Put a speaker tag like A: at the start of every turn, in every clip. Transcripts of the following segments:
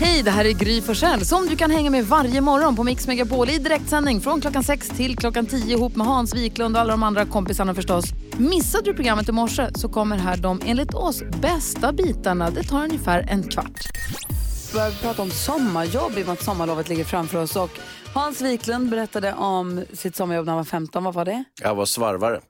A: Hej, det här är Gry Forssell som du kan hänga med varje morgon på Mix Megapol i direktsändning från klockan 6 till klockan 10 ihop med Hans Wiklund och alla de andra kompisarna förstås. Missade du programmet i morse så kommer här de enligt oss bästa bitarna. Det tar ungefär en kvart. Vi börjar prata om sommarjobb i och med att sommarlovet ligger framför oss. Och Hans Wiklund berättade om sitt sommarjobb när han var 15. Vad var det?
B: Jag var svarvare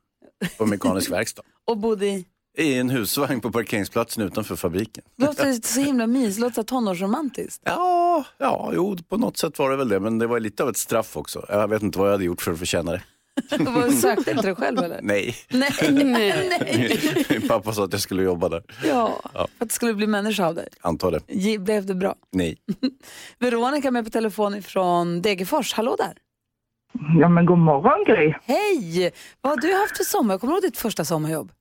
B: på mekanisk verkstad.
A: Och bodde i...
B: I en husvagn på parkeringsplatsen utanför fabriken.
A: Låter så himla mysigt, låter så här tonårsromantiskt.
B: Ja, ja, jo, på något sätt var det väl det. Men det var lite av ett straff också. Jag vet inte vad jag hade gjort för att förtjäna det.
A: Vad, Sökte inte du själv eller?
B: Nej.
A: Nej, nej.
B: Min pappa sa att jag skulle jobba där.
A: Ja, för att det skulle bli människa av dig.
B: Antar det.
A: Ge- Blev det bra?
B: Nej.
A: Veronica är med på telefon från Degerfors. Hallå där!
C: Ja, men god morgon Gry.
A: Hej! Vad har du haft för sommar? Kommer du ihåg ditt första sommarjobb?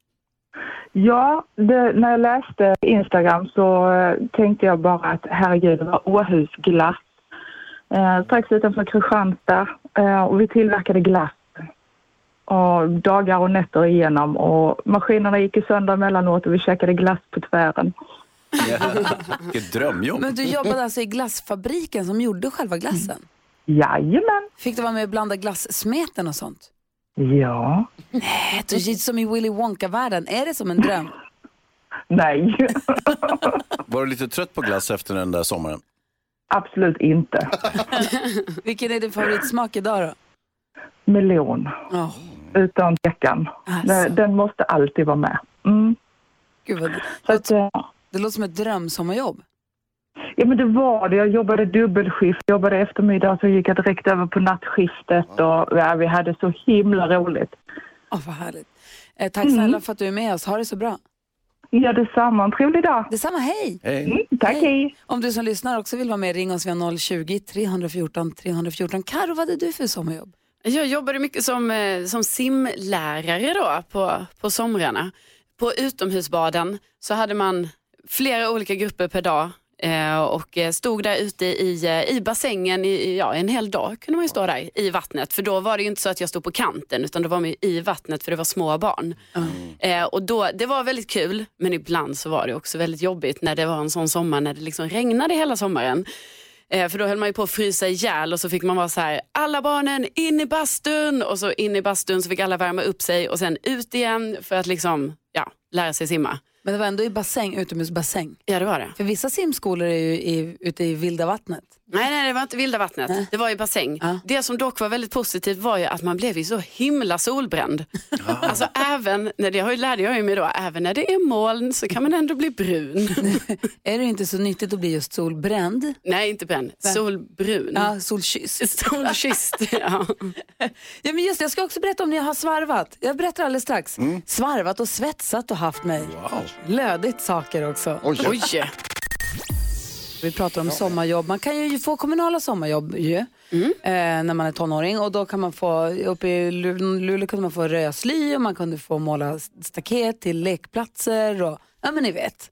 C: Ja, det, när jag läste Instagram så eh, tänkte jag bara att herregud, det var Åhus glass. Eh, strax utanför Kristianstad eh, och vi tillverkade glass. Och dagar och nätter igenom och maskinerna gick ju sönder mellanåt och vi käkade glass på tvären.
B: Vilket drömjobb.
A: Men du jobbade alltså i glassfabriken som gjorde själva glassen?
C: Jajamän!
A: Fick du vara med och blanda glassmeten och sånt?
C: Ja.
A: Äh, Du är som i Willy Wonka-världen. Är det som en dröm?
C: Nej,
B: Var du lite trött på glass efter den där sommaren?
C: absolut inte.
A: Vilken är din favoritsmak idag då?
C: Melon,
A: Åh,
C: utan tvekan.
A: Alltså.
C: Den- Den måste alltid vara med. Mm.
A: gud vad...
C: Så att, eh,
A: Det låter som ett drömsommarjobb.
C: Ja men det var det. Jag jobbade dubbelskift, jobbade eftermiddag så gick jag direkt över på nattskiftet och ja, vi hade så himla roligt.
A: Åh, vad härligt. Eh, tack snälla för att du är med oss. Ha det så bra.
C: Ja detsamma, en trevlig dag.
A: Detsamma, hej!
B: Hej.
C: Mm, tack hej.
A: Om du som lyssnar också vill vara med, ring oss via 020-314 314. Karo, vad hade du för sommarjobb?
D: Jag jobbade mycket som, eh, som simlärare då på, på somrarna. På utomhusbaden så hade man flera olika grupper per dag eh, och eh, stod där ute i, eh, i bassängen i- i ja, en hel dag kunde man ju stå där i vattnet. För då var det ju inte så att jag stod på kanten utan då var man ju i vattnet för det var små barn. Eh, och då, det var väldigt kul men ibland så var det också väldigt jobbigt när det var en sån sommar när det liksom regnade hela sommaren. Eh, för då höll man ju på att frysa ihjäl och så fick man vara så här, alla barnen in i bastun och så in i bastun så fick alla värma upp sig och sen ut igen för att liksom, ja, lära sig simma.
A: Men det var ändå i bassäng, utomhusbassäng.
D: Ja, det var det.
A: För vissa simskolor är ju i, ute i vilda vattnet.
D: Nej, nej, det var inte vilda vattnet. Det var ju bassäng.
A: Ja.
D: Det som dock var väldigt positivt var ju att man blev ju så himla solbränd. Alltså även, när det har ju- lärde jag ju mig då, även när det är moln så kan man ändå bli brun.
A: Är det inte så nyttigt att bli just solbränd? Mm.
D: nej, inte brun, solbrun.
A: Ja, solkysst.
D: Solkysst. ja.
A: Ja, men just det, jag ska också berätta om när jag har svarvat. Jag berättar alldeles strax. Svarvat och svetsat och haft mig.
B: Wow.
A: Lödigt saker också.
D: Oj.
A: Vi pratar om sommarjobb. Man kan ju få kommunala sommarjobb ju, eh, när man är tonåring. Och då kan man få, uppe i Lu- Luleå kunde man få röja sly och man kunde få måla staket till lekplatser och, ja men ni vet,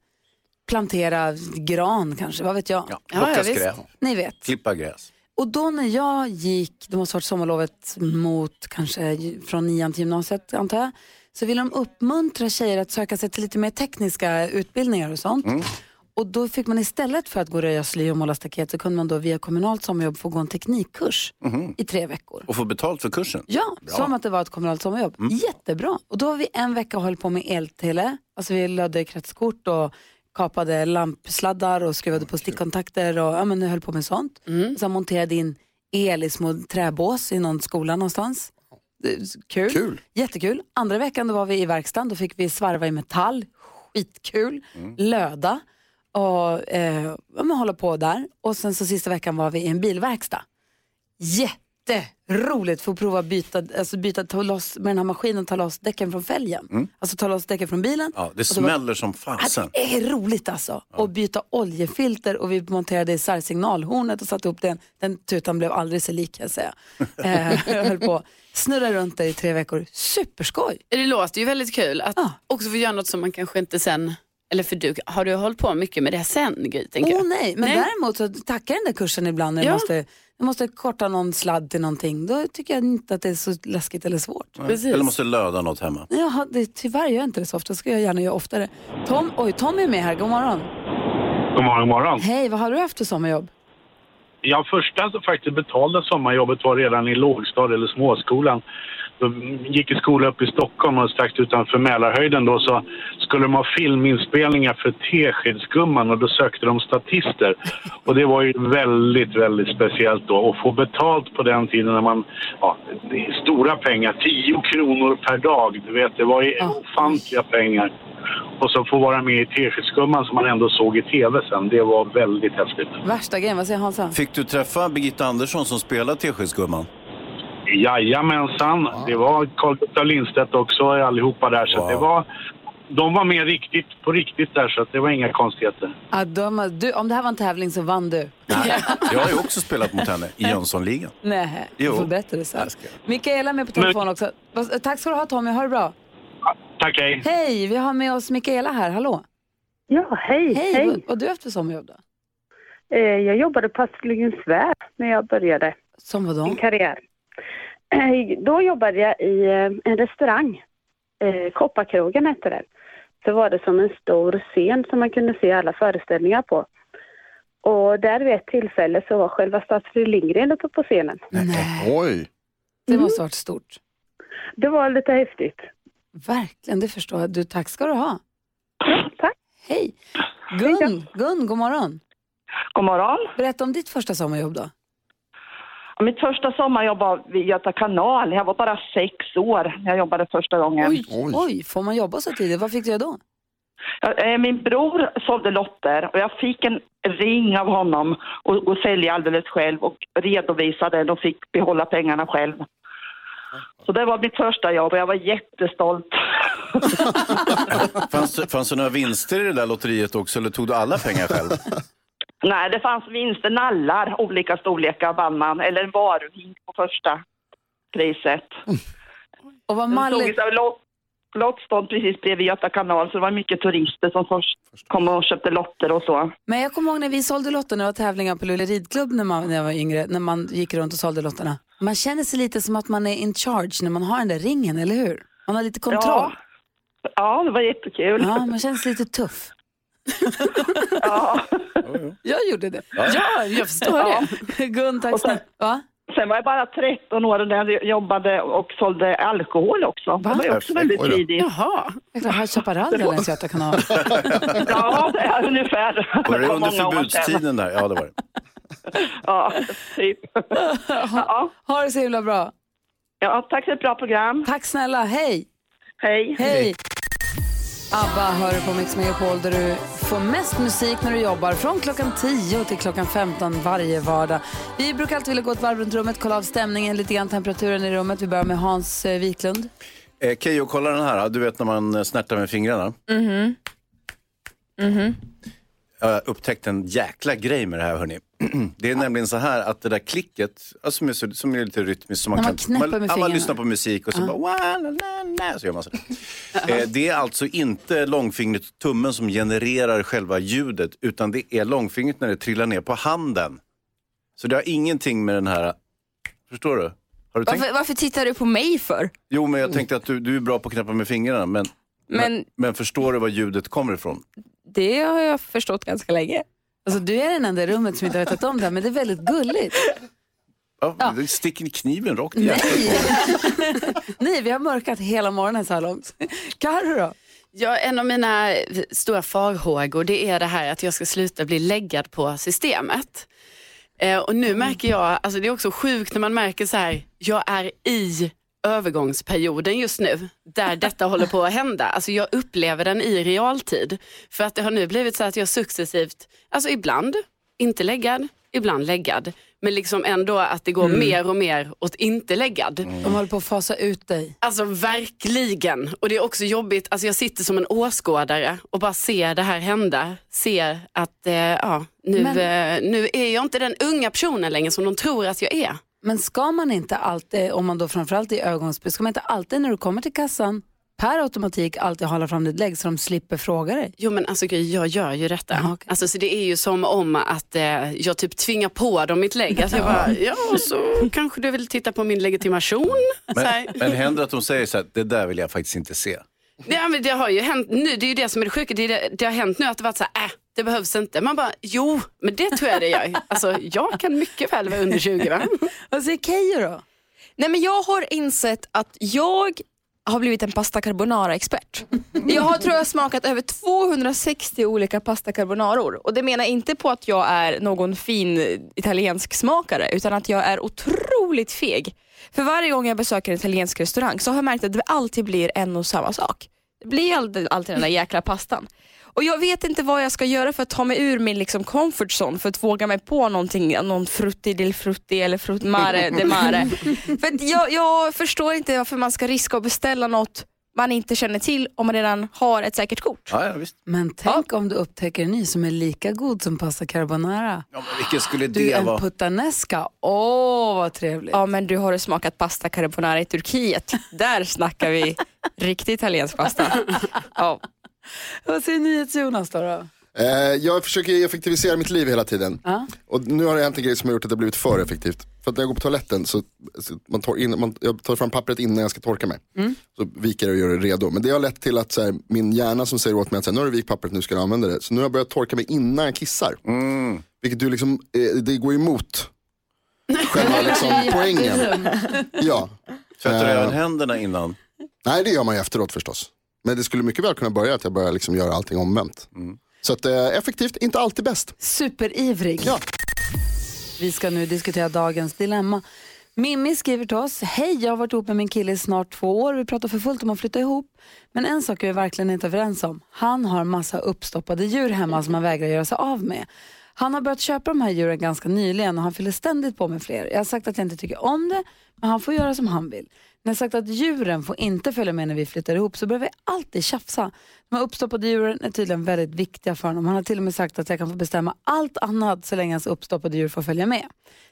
A: plantera gran kanske, vad vet jag.
B: Ja,
D: Ja,
B: plocka
D: ja, visst.
B: skräp,
A: Ni vet.
B: klippa gräs.
A: Och då när jag gick, det måste ha varit sommarlovet mot kanske från nian till gymnasiet antar jag, så ville de uppmuntra tjejer att söka sig till lite mer tekniska utbildningar och sånt. Och då fick man istället för att gå och röja sly och måla staket så kunde man då via kommunalt sommarjobb få gå en teknikkurs i tre veckor.
B: Och få betalt för kursen.
A: Ja, som att det var ett kommunalt sommarjobb. Jättebra. Och då var vi en vecka och höll på med eltele. Alltså vi lödde kretskort och kapade lampsladdar och skruvade på stickkontakter och ja, men höll på med sånt. Sen monterade in el i små träbås i någon skola någonstans. Det är Kul.
B: Kul.
A: Jättekul. Andra veckan då var vi i verkstaden. Då fick vi svarva i metall. Skitkul. Löda. Och eh, ja, men hålla på där. Och sen så sista veckan var vi i en bilverkstad. Jätteroligt för att prova byta, alltså byta, ta loss med den här maskinen, ta loss däcken från fälgen. Alltså ta loss däcken från bilen.
B: Ja, det
A: Och så var-
B: smäller som
A: Ja,
B: fasen.
A: Det är roligt alltså. Och byta oljefilter och vi monterade isär signalhornet och satte upp den. Den tutan blev aldrig så lik kan jag säga. Eh, jag höll på snurra runt där i tre veckor. Superskoj!
D: Det låter ju väldigt kul att
A: Ja.
D: också få göra något som man kanske inte sen, eller för du, har du hållit på mycket med det sen Gry? tänker
A: Åh
D: jag?
A: nej, men däremot så tackar den där kursen ibland när jag,
D: Ja.
A: måste, jag måste korta någon sladd till någonting. Då tycker jag inte att det är så läskigt eller svårt.
D: Precis.
B: Eller måste löda något hemma.
A: Jaha, det, tyvärr gör jag inte det så ofta. Det ska jag gärna göra oftare. Tom, oj, Tom är med här. God morgon.
E: God morgon, god morgon.
A: Hej, vad har du haft för sommarjobb?
E: Ja, första faktiskt betalda sommarjobbet var redan i lågstad eller småskolan. Då gick i skola upp i Stockholm och strax utanför Mälarhöjden då så skulle de ha filminspelningar för Teskedsgumman och då sökte de statister. Och det var ju väldigt, väldigt speciellt då att få betalt på den tiden när man, ja, det är stora pengar, 10 kronor per dag, du vet det var ju
A: Ja.
E: ofantliga pengar. Och så få vara med i Teskedsgumman som man ändå såg i tv sen, det var väldigt häftigt.
A: Värsta grejen, vad säger Hansa?
B: Fick du träffa Birgitta Andersson som spelar Teskedsgumman?
E: Jajamensan, det var Carl Gustaf Lindstedt också allihopa där. Så
B: Wow.
E: det var, de var med riktigt, på riktigt där så att det var inga konstigheter.
A: Ah, de, du, om det här var en tävling så vann du.
B: Jag har ju också spelat mot henne i Jönssonligan.
A: Nej,
B: Jo.
A: du får berätta det sen.
B: Jag ska.
A: Mikaela är med på telefon också. Vad- Tack ska du ha Tommy, ha det bra.
E: Tack, hej!
A: Hej, vi har med oss Mikaela här, hallå.
F: Ja, hej,
A: Hej,
F: hej.
A: Vad, vad har du haft för sommarjobb då?
F: Eh, Jag jobbade på Astrid värld när jag började
A: Som
F: min
A: vadå?
F: karriär. Eh, Då jobbade jag i eh, en restaurang. Eh, Kopparkrogen hette den. Så var det som en stor scen som man kunde se alla föreställningar på. Och där vid ett tillfälle så var själva statsrådet Lindgren uppe på scenen.
A: Nej,
G: Oj!
A: det måste ha varit stort.
F: Det var lite häftigt.
A: Verkligen, det förstår jag. Du, tack ska du ha.
F: tack.
A: Hej. Gun, Gun, god morgon.
H: God morgon.
A: Berätta om ditt första sommarjobb då.
H: Mitt första sommarjobb var vid Göta kanal. Jag var bara sex år när jag jobbade första gången.
A: Oj, oj.
G: Oj.
A: får man jobba så tidigt? Vad fick du göra då?
H: Jag- eh, Min bror sålde lotter och jag fick en ring av honom och, och sälja alldeles själv och redovisa den och fick behålla pengarna själv. Så det var mitt första jobb och jag var jättestolt.
B: Fanns, det- fanns det några vinster i det där lotteriet också eller tog du alla pengar själv?
H: Nej, det fanns vinster, nallar, olika storlekar vann man eller en varuhink på första priset.
A: Och vad
H: Den stod
A: malligt.
H: liksom lott, lottstånd precis bredvid Göta kanal så det var mycket turister som först kom och köpte lotter och så.
A: Men jag kommer ihåg när vi sålde lotterna och tävlingar på Luleå ridklubb när, man, när jag var yngre, när man gick runt och sålde lotterna. Man känner sig lite som att man är in charge när man har den där ringen, eller hur? Man har lite kontroll.
H: Ja, ja det var jättekul.
A: Ja, man känner sig lite tuff.
H: Ja.
A: Jag gjorde det.
D: Ja, jag förstår det.
A: Gun, tack
H: Och sen-
A: snälla. Va?
H: Sen var jag bara 13 år när jag jobbade och sålde alkohol också.
A: Va?
H: Det var ju också
B: Perfekt.
H: väldigt
G: Oj då.
H: tidigt.
D: Jaha.
A: Jag har Chaparral eller ens Göta kanal.
H: Ja, det är ungefär.
B: Var det
H: var
B: under
H: många år sedan.
B: förbudstiden där? Ja, det var det.
H: Ja, typ. Ja,
A: Ha det så himla bra.
H: ja, tack för ett bra program.
A: Tack snälla, hej.
H: Hej.
A: Hej! ABBA hör du på Mix Megapol där du får mest musik när du jobbar från klockan 10 till klockan 15 varje vardag. Vi brukar alltid vilja gå ett varv runt rummet, kolla av stämningen, lite grann temperaturen i rummet. Vi börjar med Hans eh, Wiklund.
B: Eh, Keyyo, kolla den här. Du vet när man eh, snärtar med fingrarna. Mhm.
A: Mm-hmm.
B: Jag upptäckte en jäkla grej med det här, hörni. Det är nämligen så här att det där klicket, alltså, som, är så, som är lite rytmiskt. Som man
A: När man
B: kan,
A: knäpper med
B: ja,
A: fingrarna.
B: Man lyssnar på musik och så bara... Wa, la, la, la, så gör man så där. eh, det är alltså inte långfingret och tummen som genererar själva ljudet, utan det är långfingret när det trillar ner på handen. Så det har ingenting med den här... Förstår du? Har du tänkt?
I: Varför, varför tittar du på mig för?
B: Jo, men jag tänkte att du, du är bra på att knäppa med fingrarna, men
I: Men
B: men förstår du var ljudet kommer ifrån?
I: det har jag förstått ganska länge.
A: Alltså, du är den enda i rummet som inte har vetat om det här, men det är väldigt gulligt.
B: Ja, Det sticker kniven rakt i hjärtat.
A: Nej, vi har mörkat hela morgonen så här långt. Carro då?
D: Ja, en av mina stora farhågor det är det här att jag ska sluta bli läggad på systemet. Eh, och nu märker jag, alltså det är också sjukt när man märker så här, jag är i övergångsperioden just nu, där detta håller på att hända. Alltså jag upplever den i realtid. För att det har nu blivit så att jag successivt, alltså ibland inte läggad, ibland läggad. Men liksom ändå att det går mer och mer åt inte läggad.
A: De håller på att fasa ut dig.
D: Alltså verkligen. Och det är också jobbigt, alltså jag sitter som en åskådare och bara ser det här hända. Ser att eh, ja, nu, eh, nu är jag inte den unga personen längre som de tror att jag är.
A: Men ska man inte alltid, om man då framförallt är ögonspel, ska man inte alltid när du kommer till kassan per automatik alltid hålla fram ditt lägg så de slipper fråga dig?
D: Jo men alltså Gry, jag gör ju detta.
A: Ja, okej.
D: alltså, så det är ju som om att eh, jag typ tvingar på dem mitt lägg. Alltså, jag bara, ja så kanske du vill titta på min legitimation. så här.
B: Men, men händer att de säger så här, det där vill jag faktiskt inte se.
D: Ja, men det har ju hänt nu, det är ju det som är det sjuka. Det, är det, det har hänt nu att det varit så här, äh, det behövs inte. Man bara, jo, men det tror jag det gör. Alltså, jag kan mycket väl vara under 20 va?
A: Vad säger Keyyo då?
I: Nej, men jag har insett att jag har blivit en pasta carbonara-expert. Jag har tror jag smakat över 260 olika pasta carbonaror och det menar inte på att jag är någon fin italiensk smakare utan att jag är otroligt feg. För varje gång jag besöker en italiensk restaurang så har jag märkt att det alltid blir en och samma sak. Det blir alltid, alltid den där jäkla pastan. Och jag vet inte vad jag ska göra för att ta mig ur min liksom comfort zone för att våga mig på någonting, någon frutti del frutti eller frut mare de mare. för att jag, jag förstår inte varför man ska riska att beställa något man inte känner till om man redan har ett säkert kort.
B: Ja, ja, visst.
A: Men tänk om du upptäcker en ny som är lika god som pasta carbonara.
B: Ja, men vilken skulle
A: Du,
B: det
A: en
B: vara?
A: puttanesca. Åh, vad trevligt.
I: Ja men du har du smakat pasta carbonara i Turkiet. Där snackar vi riktig italiensk pasta. Ja.
A: Vad säger NyhetsJonas då? då?
G: Eh, jag försöker effektivisera mitt liv hela tiden.
A: Ja.
G: Och nu har det hänt en grej som har gjort att det har blivit för effektivt. För att när jag går på toaletten så, så man tar in, man, jag tar fram pappret innan jag ska torka mig. Så viker jag och gör det redo. Men det har lett till att så här, min hjärna som säger åt mig att så här, nu har du vikt pappret, nu ska du använda det. Så nu har jag börjat torka mig innan jag kissar.
B: Mm.
G: Vilket du liksom, eh, det går emot själva liksom, poängen. Ja.
B: Tvättar du
G: Eh,
B: även händerna innan?
G: Nej, det gör man ju efteråt förstås. Men det skulle mycket väl kunna börja att jag börjar liksom göra allting omvänt. Så att, eh, effektivt, inte alltid bäst.
A: Superivrig.
G: Ja.
A: Vi ska nu diskutera dagens dilemma. Mimmi skriver till oss. Hej, jag har varit ihop med min kille i snart två år. Vi pratar för fullt om att flytta ihop. Men en sak är vi verkligen inte överens om. Han har massa uppstoppade djur hemma som han vägrar göra sig av med. Han har börjat köpa de här djuren ganska nyligen och han fyller ständigt på med fler. Jag har sagt att jag inte tycker om det, men han får göra som han vill. När jag sagt att djuren får inte följa med när vi flyttar ihop så behöver vi alltid tjafsa. De här uppstoppade djuren är tydligen väldigt viktiga för honom. Han har till och med sagt att jag kan få bestämma allt annat så länge hans uppstoppade djur får följa med.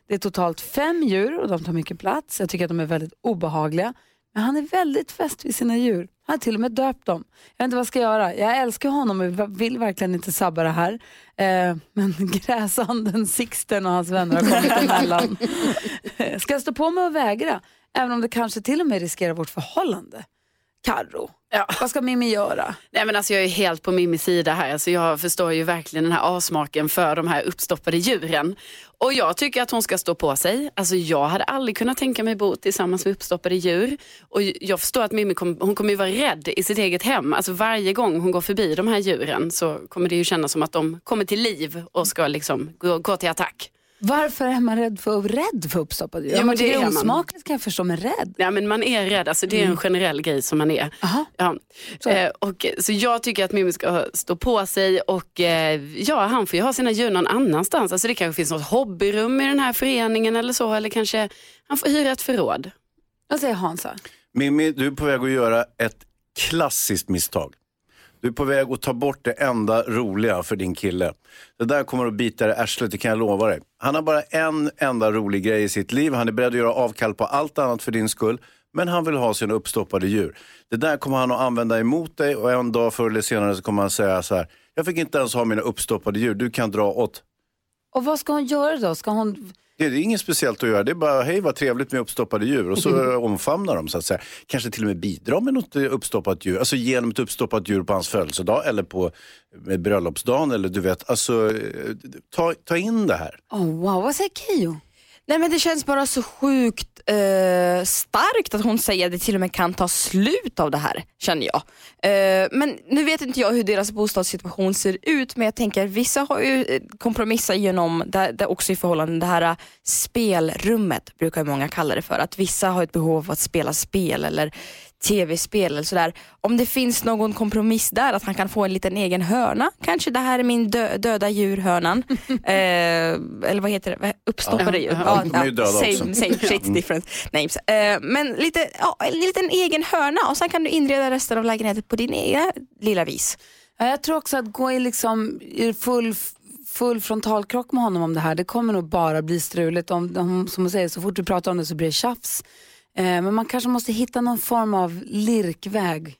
A: Det är totalt fem djur och de tar mycket plats. Jag tycker att de är väldigt obehagliga. Men han är väldigt fäst vid sina djur. Han har till och med döpt dem. Jag vet inte vad jag ska göra. Jag älskar honom och vill verkligen inte sabba det här. Eh, men gräsanden, Sixten och hans vänner har kommit emellan. Eh, ska jag stå på mig och vägra? Även om det kanske till och med riskerar vårt förhållande. Karro,
D: Ja.
A: vad ska Mimmi göra?
D: Nej, men alltså, jag är ju helt på Mimmis sida här. Alltså, jag förstår ju verkligen den här avsmaken för de här uppstoppade djuren. Och jag tycker att hon ska stå på sig. Alltså, jag hade aldrig kunnat tänka mig bo tillsammans med uppstoppade djur. Och jag förstår att Mimmi kom, hon kommer ju vara rädd i sitt eget hem. Alltså, varje gång hon går förbi de här djuren så kommer det ju kännas som att de kommer till liv och ska liksom gå, gå till attack.
A: Varför är man rädd för, rädd för uppstoppade djur?
D: Ja,
A: Om man
D: men det
A: tycker det
D: är
A: är
D: man.
A: osmakligt kan jag förstå, men rädd?
D: Nej, men man är rädd, alltså, det är en generell grej som man är.
A: Aha.
D: Ja.
A: Så.
D: Så. Eh, och, så jag tycker att Mimmi ska stå på sig och eh, ja, han får ju ha sina djur någon annanstans. Alltså, det kanske finns något hobbyrum i den här föreningen eller så. Eller kanske han får hyra ett förråd.
A: Vad säger Hansa?
B: Mimmi, du är på väg att göra ett klassiskt misstag. Du är på väg att ta bort det enda roliga för din kille. Det där kommer att bita dig i arslet, det kan jag lova dig. Han har bara en enda rolig grej i sitt liv. Han är beredd att göra avkall på allt annat för din skull. Men han vill ha sina uppstoppade djur. Det där kommer han att använda emot dig och en dag förr eller senare så kommer han säga så här. Jag fick inte ens ha mina uppstoppade djur, du kan dra åt.
A: Och vad ska hon göra då? Ska hon...
B: Det är inget speciellt att göra, det är bara hej vad trevligt med uppstoppade djur och så omfamnar de så att säga. Kanske till och med bidra med något eh, uppstoppat djur, alltså genom ett uppstoppat djur på hans födelsedag eller på eh, bröllopsdagen eller du vet, alltså eh, ta, ta in det här.
A: Oh, wow, vad säger Keyyo?
I: Nej men det känns bara så sjukt eh, starkt att hon säger att det till och med kan ta slut av det här, känner jag. Eh, men nu vet inte jag hur deras bostadssituation ser ut, men jag tänker vissa har ju eh, kompromissat genom, det, det också i förhållande, det här eh, spelrummet brukar ju många kalla det för. Att vissa har ett behov av att spela spel eller tv-spel eller sådär. Om det finns någon kompromiss där, att han kan få en liten egen hörna, kanske det här är min dö- döda djurhörnan. eh, eller vad heter det? Uppstoppade djur.
D: Ja,
B: de är ju döda
I: same,
B: också.
I: same shit different names. Eh, men lite, ja, en liten egen hörna och sen kan du inreda resten av lägenheten på din egna lilla vis.
A: Ja, jag tror också att gå i, liksom, i full, full frontalkrock med honom om det här, det kommer nog bara bli struligt. Om, om, som hon säger, så fort du pratar om det så blir det tjafs. Eh, men man kanske måste hitta någon form av lirkväg.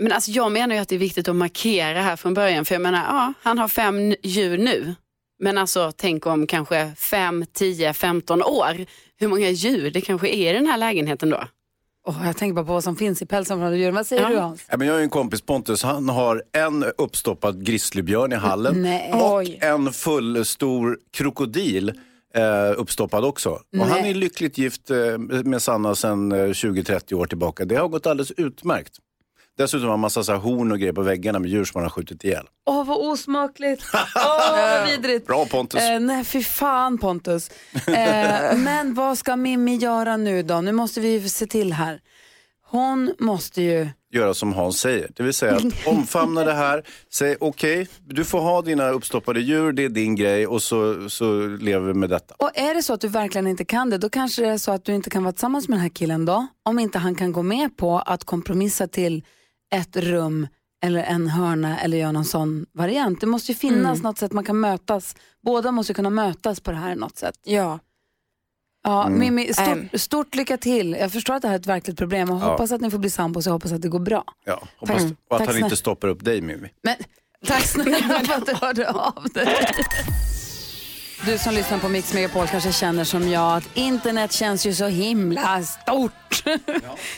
D: Men alltså, jag menar ju att det är viktigt att markera här från början. För jag menar, ja, han har fem n- djur nu. Men alltså, tänk om kanske fem, tio, femton år. Hur många djur det kanske är i den här lägenheten då?
A: Åh, jag tänker bara på vad som finns i pälsen från djuren. Vad säger
D: Ja.
A: du Hans?
B: Ja, men jag har ju en kompis, Pontus, han har en uppstoppad grizzlybjörn i hallen
A: Nej.
B: och
I: Oj.
B: en full stor krokodil eh, uppstoppad också. Och han är lyckligt gift eh, med Sanna sedan eh, 20-30 år tillbaka. Det har gått alldeles utmärkt. Dessutom har han massa så här horn och grejer på väggarna med djur som han har skjutit ihjäl.
A: Åh, vad osmakligt. Åh, vad vidrigt.
B: Bra Pontus!
A: Eh, nej, fy fan Pontus. Eh, men vad ska Mimmi göra nu då? Nu måste vi ju se till här. Hon måste ju...
B: göra som Hans säger. Det vill säga att omfamna det här. Säg okej, du får ha dina uppstoppade djur, det är din grej och så, så lever vi med detta.
A: Och är det så att du verkligen inte kan det, då kanske det är så att du inte kan vara tillsammans med den här killen då. Om inte han kan gå med på att kompromissa till ett rum eller en hörna eller göra någon sån variant. Det måste ju finnas något sätt man kan mötas. Båda måste ju kunna mötas på det här något sätt.
I: Ja.
A: Ja, Mimmi,
I: Äm.
A: stort, stort lycka till. Jag förstår att det här är ett verkligt problem och hoppas att ni får bli sambos och hoppas att det går bra.
B: Ja, hoppas,
A: Tack.
B: och att
A: Tack
B: han
A: snälla.
B: inte stoppar upp dig Mimmi.
A: Men tack snälla för att du hörde av dig. Du som lyssnar på Mix Megapol kanske känner som jag att internet känns ju så himla stort.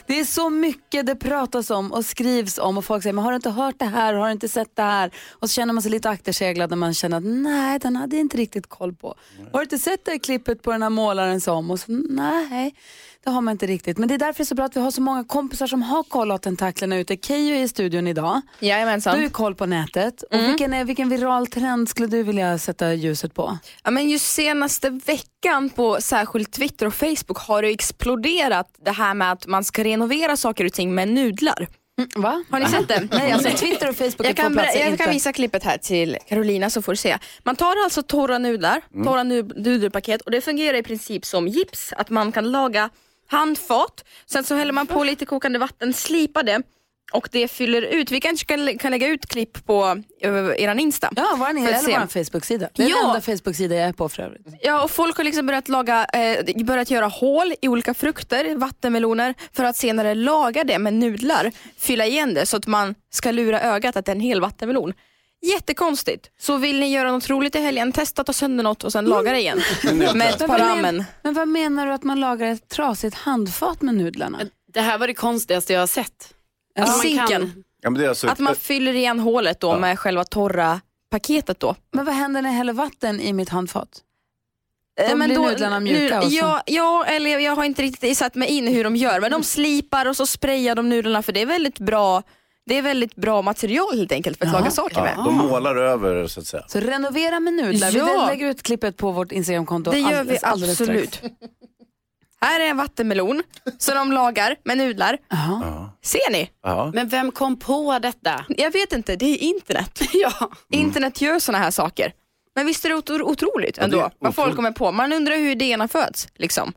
A: Det är så mycket det pratas om och skrivs om och folk säger men har du inte hört det här, har du inte sett det här? Och så känner man sig lite akterseglad när man känner att nej, den hade jag inte riktigt koll på. Har du inte sett det här klippet på den här målaren som? Och så, nej, det har man inte riktigt. Men det är därför det är så bra att vi har så många kompisar som har koll och tentaklerna ute. Keyyo är i studion idag. Du har
I: Jajamensan.
A: koll på nätet. Och
I: Mm.
A: vilken, är, vilken viral trend skulle du vilja sätta ljuset på?
I: Ja, men ju senaste veckan på särskilt Twitter och Facebook har det exploderat det här med att man ska renovera saker och ting med nudlar.
A: Va?
I: Har ni sett det?
A: Nej, alltså Twitter och Facebook är
I: Jag kan,
A: två platser
I: berä- jag
A: inte.
I: kan visa klippet här till Carolina så får du se. Man tar alltså torra nudlar,
A: Mm.
I: torra nu- nudelpaket och det fungerar i princip som gips. Att man kan laga handfat, sen så häller man på lite kokande vatten, slipar det och det fyller ut. Vi kanske kan, lä- kan lägga ut klipp på uh, eran Insta.
A: Ja, vår
I: Får jag
A: eller
I: se.
A: vår Facebook-sida. Det är
I: Ja.
A: den enda Facebook-sida jag är på för övrigt.
I: Ja, och folk har liksom börjat, laga, eh, börjat göra hål i olika frukter, vattenmeloner, för att senare laga det med nudlar, fylla igen det så att man ska lura ögat att det är en hel vattenmelon. Jättekonstigt. Så vill ni göra något roligt i helgen, testa ta sönder något och sen laga det igen. med ett par
A: vad men-
I: ramen.
A: Men vad menar du att man lagar ett trasigt handfat med nudlarna?
D: Det här var det konstigaste jag har sett.
A: Ja.
D: Att man
I: Sinken.
B: Ja, men det är alltså
I: Att man
B: ett,
I: fyller igen hålet då med själva torra paketet då.
A: Men vad händer när jag häller vatten i mitt handfat?
I: Eh,
A: blir nudlarna mjuka och så?
I: ja, ja, eller jag- jag har inte riktigt satt mig in i hur de gör, men de slipar och så sprayar de nudlarna för det är väldigt bra det är väldigt bra material helt enkelt för att
A: Ja.
I: laga saker med.
B: ja, de målar över så att säga.
A: Så renovera med nudlar.
I: Ja.
A: Vi lägger ut klippet på vårt Instagramkonto
I: Det gör vi
A: alldeles- alldeles strax.
I: absolut. Här är en vattenmelon som de lagar med nudlar.
A: Jaha.
B: Ja.
I: Ser ni?
B: Ja.
D: Men vem kom på detta?
I: Jag vet inte, det är internet.
D: ja.
I: Internet gör sådana här saker. Men visst är det otro- otroligt
B: det är
I: ändå vad folk
B: otroligt.
I: kommer på. Man undrar hur idéerna föds. Liksom.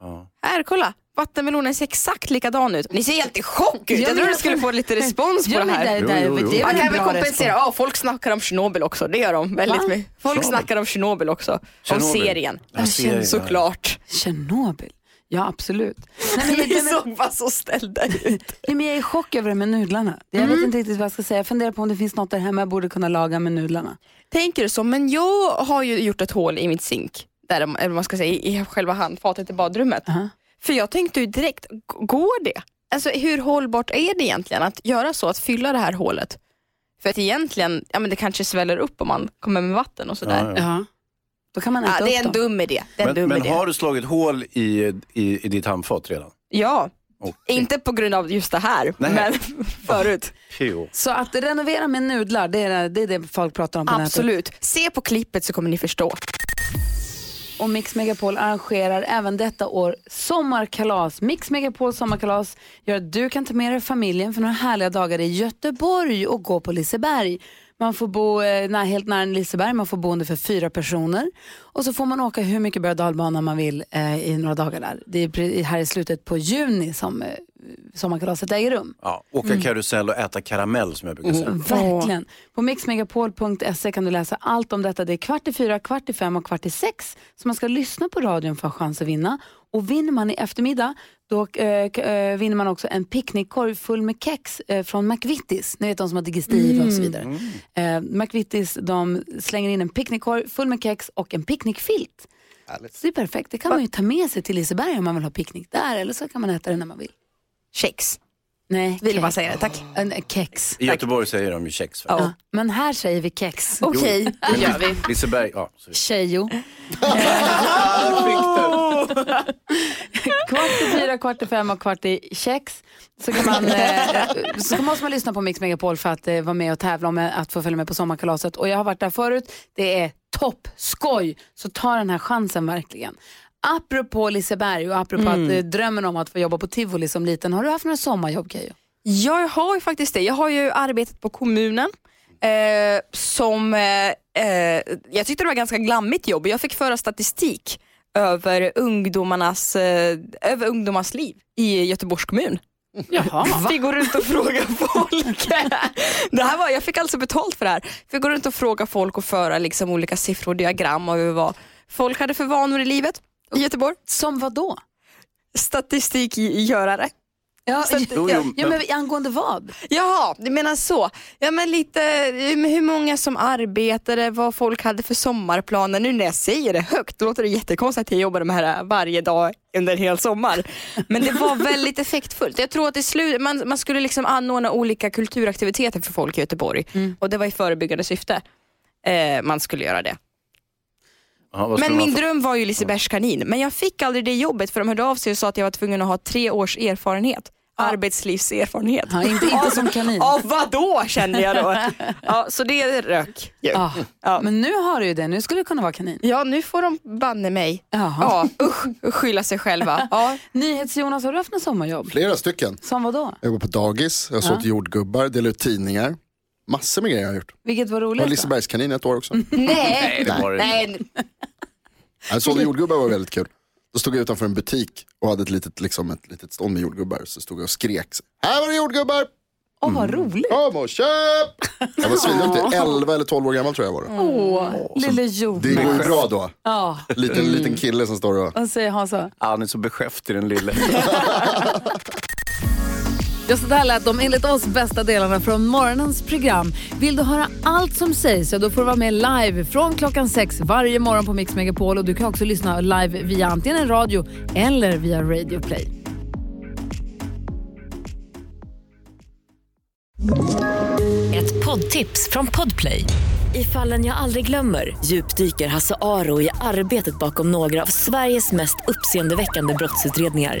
B: Ja.
I: Här, kolla. Vattenmelonen ser exakt likadan ut. Ni ser helt i chock ut.
A: Ja,
I: Jag
A: men-
I: trodde du skulle få lite respons på
A: Ja,
I: det
A: men
I: här.
A: det, det,
B: Jo, jo, jo.
A: det är
I: Man
A: väl en
I: kan väl
A: bra
I: kompensera.
A: respons.
I: Ja, folk snackar om Tjernobyl också. Det gör de väldigt
A: Va?
I: mycket. Folk
B: Tjernobyl?
I: snackar om Tjernobyl också.
B: Tjernobyl.
I: Om serien.
B: Ja, serien, ja.
I: Såklart.
A: Tjernobyl. Ja, absolut. Nej, men,
I: Ni
A: det- men,
I: såg bara så ställda ut.
A: Nej, men jag är i chock över det med nudlarna. Jag
I: Mm.
A: vet inte riktigt vad jag ska säga. Jag funderar på om det finns något där hemma jag borde kunna laga med nudlarna.
I: Tänker du så, men jag har ju gjort ett hål i mitt sink, där, eller vad man ska säga, i i själva handfatet i badrummet.
A: Aha.
I: För jag tänkte ju direkt, g- går det? Alltså hur hållbart är det egentligen att göra så, att fylla det här hålet? För att egentligen, ja men det kanske sväller upp om man kommer med vatten och sådär.
B: Ja, ja.
D: Ja.
A: Då kan man äta
I: Ja, det är
A: upp
I: en
A: dem.
I: dum idé. Det är en
B: Men,
I: dum
B: men
I: idé.
B: har du slagit hål i, i, i ditt handfat redan?
I: Ja,
B: Okej.
I: inte på grund av just det här,
B: Nej.
I: men förut.
B: Jo.
A: Så att renovera med nudlar, det är det, är det folk pratar om på nätet.
I: Absolut. Se på klippet så kommer ni förstå.
A: Och Mix Megapol arrangerar även detta år sommarkalas. Mix Megapol sommarkalas gör att du kan ta med dig familjen för några härliga dagar i Göteborg och gå på Liseberg. Man får bo eh, nä- helt nära Liseberg, man får boende för fyra personer och så får man åka hur mycket berg och dalbana man vill eh, i några dagar där. Det är pre- här i slutet på juni som eh, sommarkalaset äger rum.
B: Ja, åka
I: Mm.
B: karusell och äta karamell som jag brukar säga.
A: Verkligen. På mixmegapol.se kan du läsa allt om detta. Det är kvart i fyra, kvart i fem och kvart i sex som man ska lyssna på radion för att ha chans att vinna. Och vinner man i eftermiddag då eh, k- eh, vinner man också en picknickkorg full med kex eh, från McVittys. Ni vet de som har digestive
J: Mm.
A: och så vidare. Eh, McVittys de slänger in en picknickkorg full med kex och en picknickfilt. Så det är perfekt. Det kan man ju ta med sig till Liseberg om man vill ha picknick där eller så kan man äta det när man vill.
J: kex.
A: Nej,
J: Vill
A: kex.
J: bara säga det, tack.
A: En kex.
B: I Göteborg säger de ju kex. faktiskt.
A: Ja. Men här säger vi kex.
B: Jo,
J: Okej,
B: men
D: gör vi.
B: Liseberg, ja. så-
A: Tjejo.
B: Där fick den.
A: Kvart i fyra, kvart i fem och kvart i kex. Så, kan man, eh, så måste man lyssna på Mix Megapol för att eh, vara med och tävla om eh, att få följa med på sommarkalaset. Och jag har varit där förut. Det är toppskoj. Så ta den här chansen verkligen. Apropå Liseberg och apropå att eh, drömmen om att få jobba på Tivoli som liten. Har du haft några sommarjobb Keyyo?
I: Jag har ju faktiskt det. Jag har ju arbetat på kommunen eh, som, eh, eh, jag tyckte det var ganska glammigt jobb. Jag fick föra statistik över ungdomarnas, eh, över ungdomars liv i Göteborgs kommun.
D: Jaha.
I: Fick gå runt och fråga folk. det här var, jag fick alltså betalt för det här. Fick gå runt och fråga folk och föra liksom olika siffror och diagram över vad folk hade för vanor i livet i Göteborg.
A: Som vad då?
I: Statistikgörare.
A: Ja,
I: Så att-
B: Jo, jo,
A: ja,
B: men-
A: men angående vad?
I: Jaha, du menar så. Ja men lite eh, hur många som arbetade, vad folk hade för sommarplaner. Nu när jag säger det högt då låter det jättekonstigt att jag jobbade med det här varje dag under en hel sommar. Men det var väldigt effektfullt. Jag tror att i slut, man, man skulle liksom anordna olika kulturaktiviteter för folk i Göteborg
B: Mm.
I: och det var i förebyggande syfte. Eh, man skulle göra det.
B: Jaha, vad skulle
I: Men
B: man
I: min
B: få-
I: dröm var ju Lisebergskanin. Men jag fick aldrig det jobbet för de hörde av sig och sa att jag var tvungen att ha tre års erfarenhet. Arbetslivserfarenhet.
A: Ja, inte, inte som kanin.
I: Ja, vadå kände jag då. Ja, så det rök ju.
A: Ah,
I: Ja.
A: Men nu har du ju det. Nu skulle det kunna vara kanin.
I: Ja, nu får de banne mig.
A: Jaha.
I: Ja, usch, skylla sig själva. Ja.
A: NyhetsJonas, har du haft något sommarjobb?
G: Flera stycken.
A: Som vad då?
G: Jag var på dagis, jag såg jordgubbar, delade ut tidningar. Massor med grejer jag har gjort.
A: Vilket var
G: Jag var
A: roligt? då?
G: Lisebergskanin ett år också.
I: Nej,
B: Nej, det var det inte.
I: nej.
G: Jag sålde jordgubbar var väldigt kul. Då stod jag utanför en butik och hade ett litet, liksom, ett litet stånd med jordgubbar. Så stod jag och skrek. Här var det jordgubbar!
A: Åh, vad
G: Mm.
A: roligt.
G: Kom och köp! Jag var svinduktig, 11 eller 12 år gammal tror jag var då.
A: Åh, lille
G: Det går
A: Jonas.
G: ju bra då.
A: Mm. Ja,
G: Liten, liten kille som står och...
A: vad säger Hansa?
B: Ah, Han är så beskäftig den lille.
A: Ja, så där lät de enligt oss bästa delarna från morgonens program. Vill du höra allt som sägs så då får du vara med live från klockan sex varje morgon på Mix Megapol och du kan också lyssna live via antingen en radio eller via Radio Play.
K: Ett poddtips från Podplay. I fallen jag aldrig glömmer djupdyker Hasse Aro i arbetet bakom några av Sveriges mest uppseendeväckande brottsutredningar.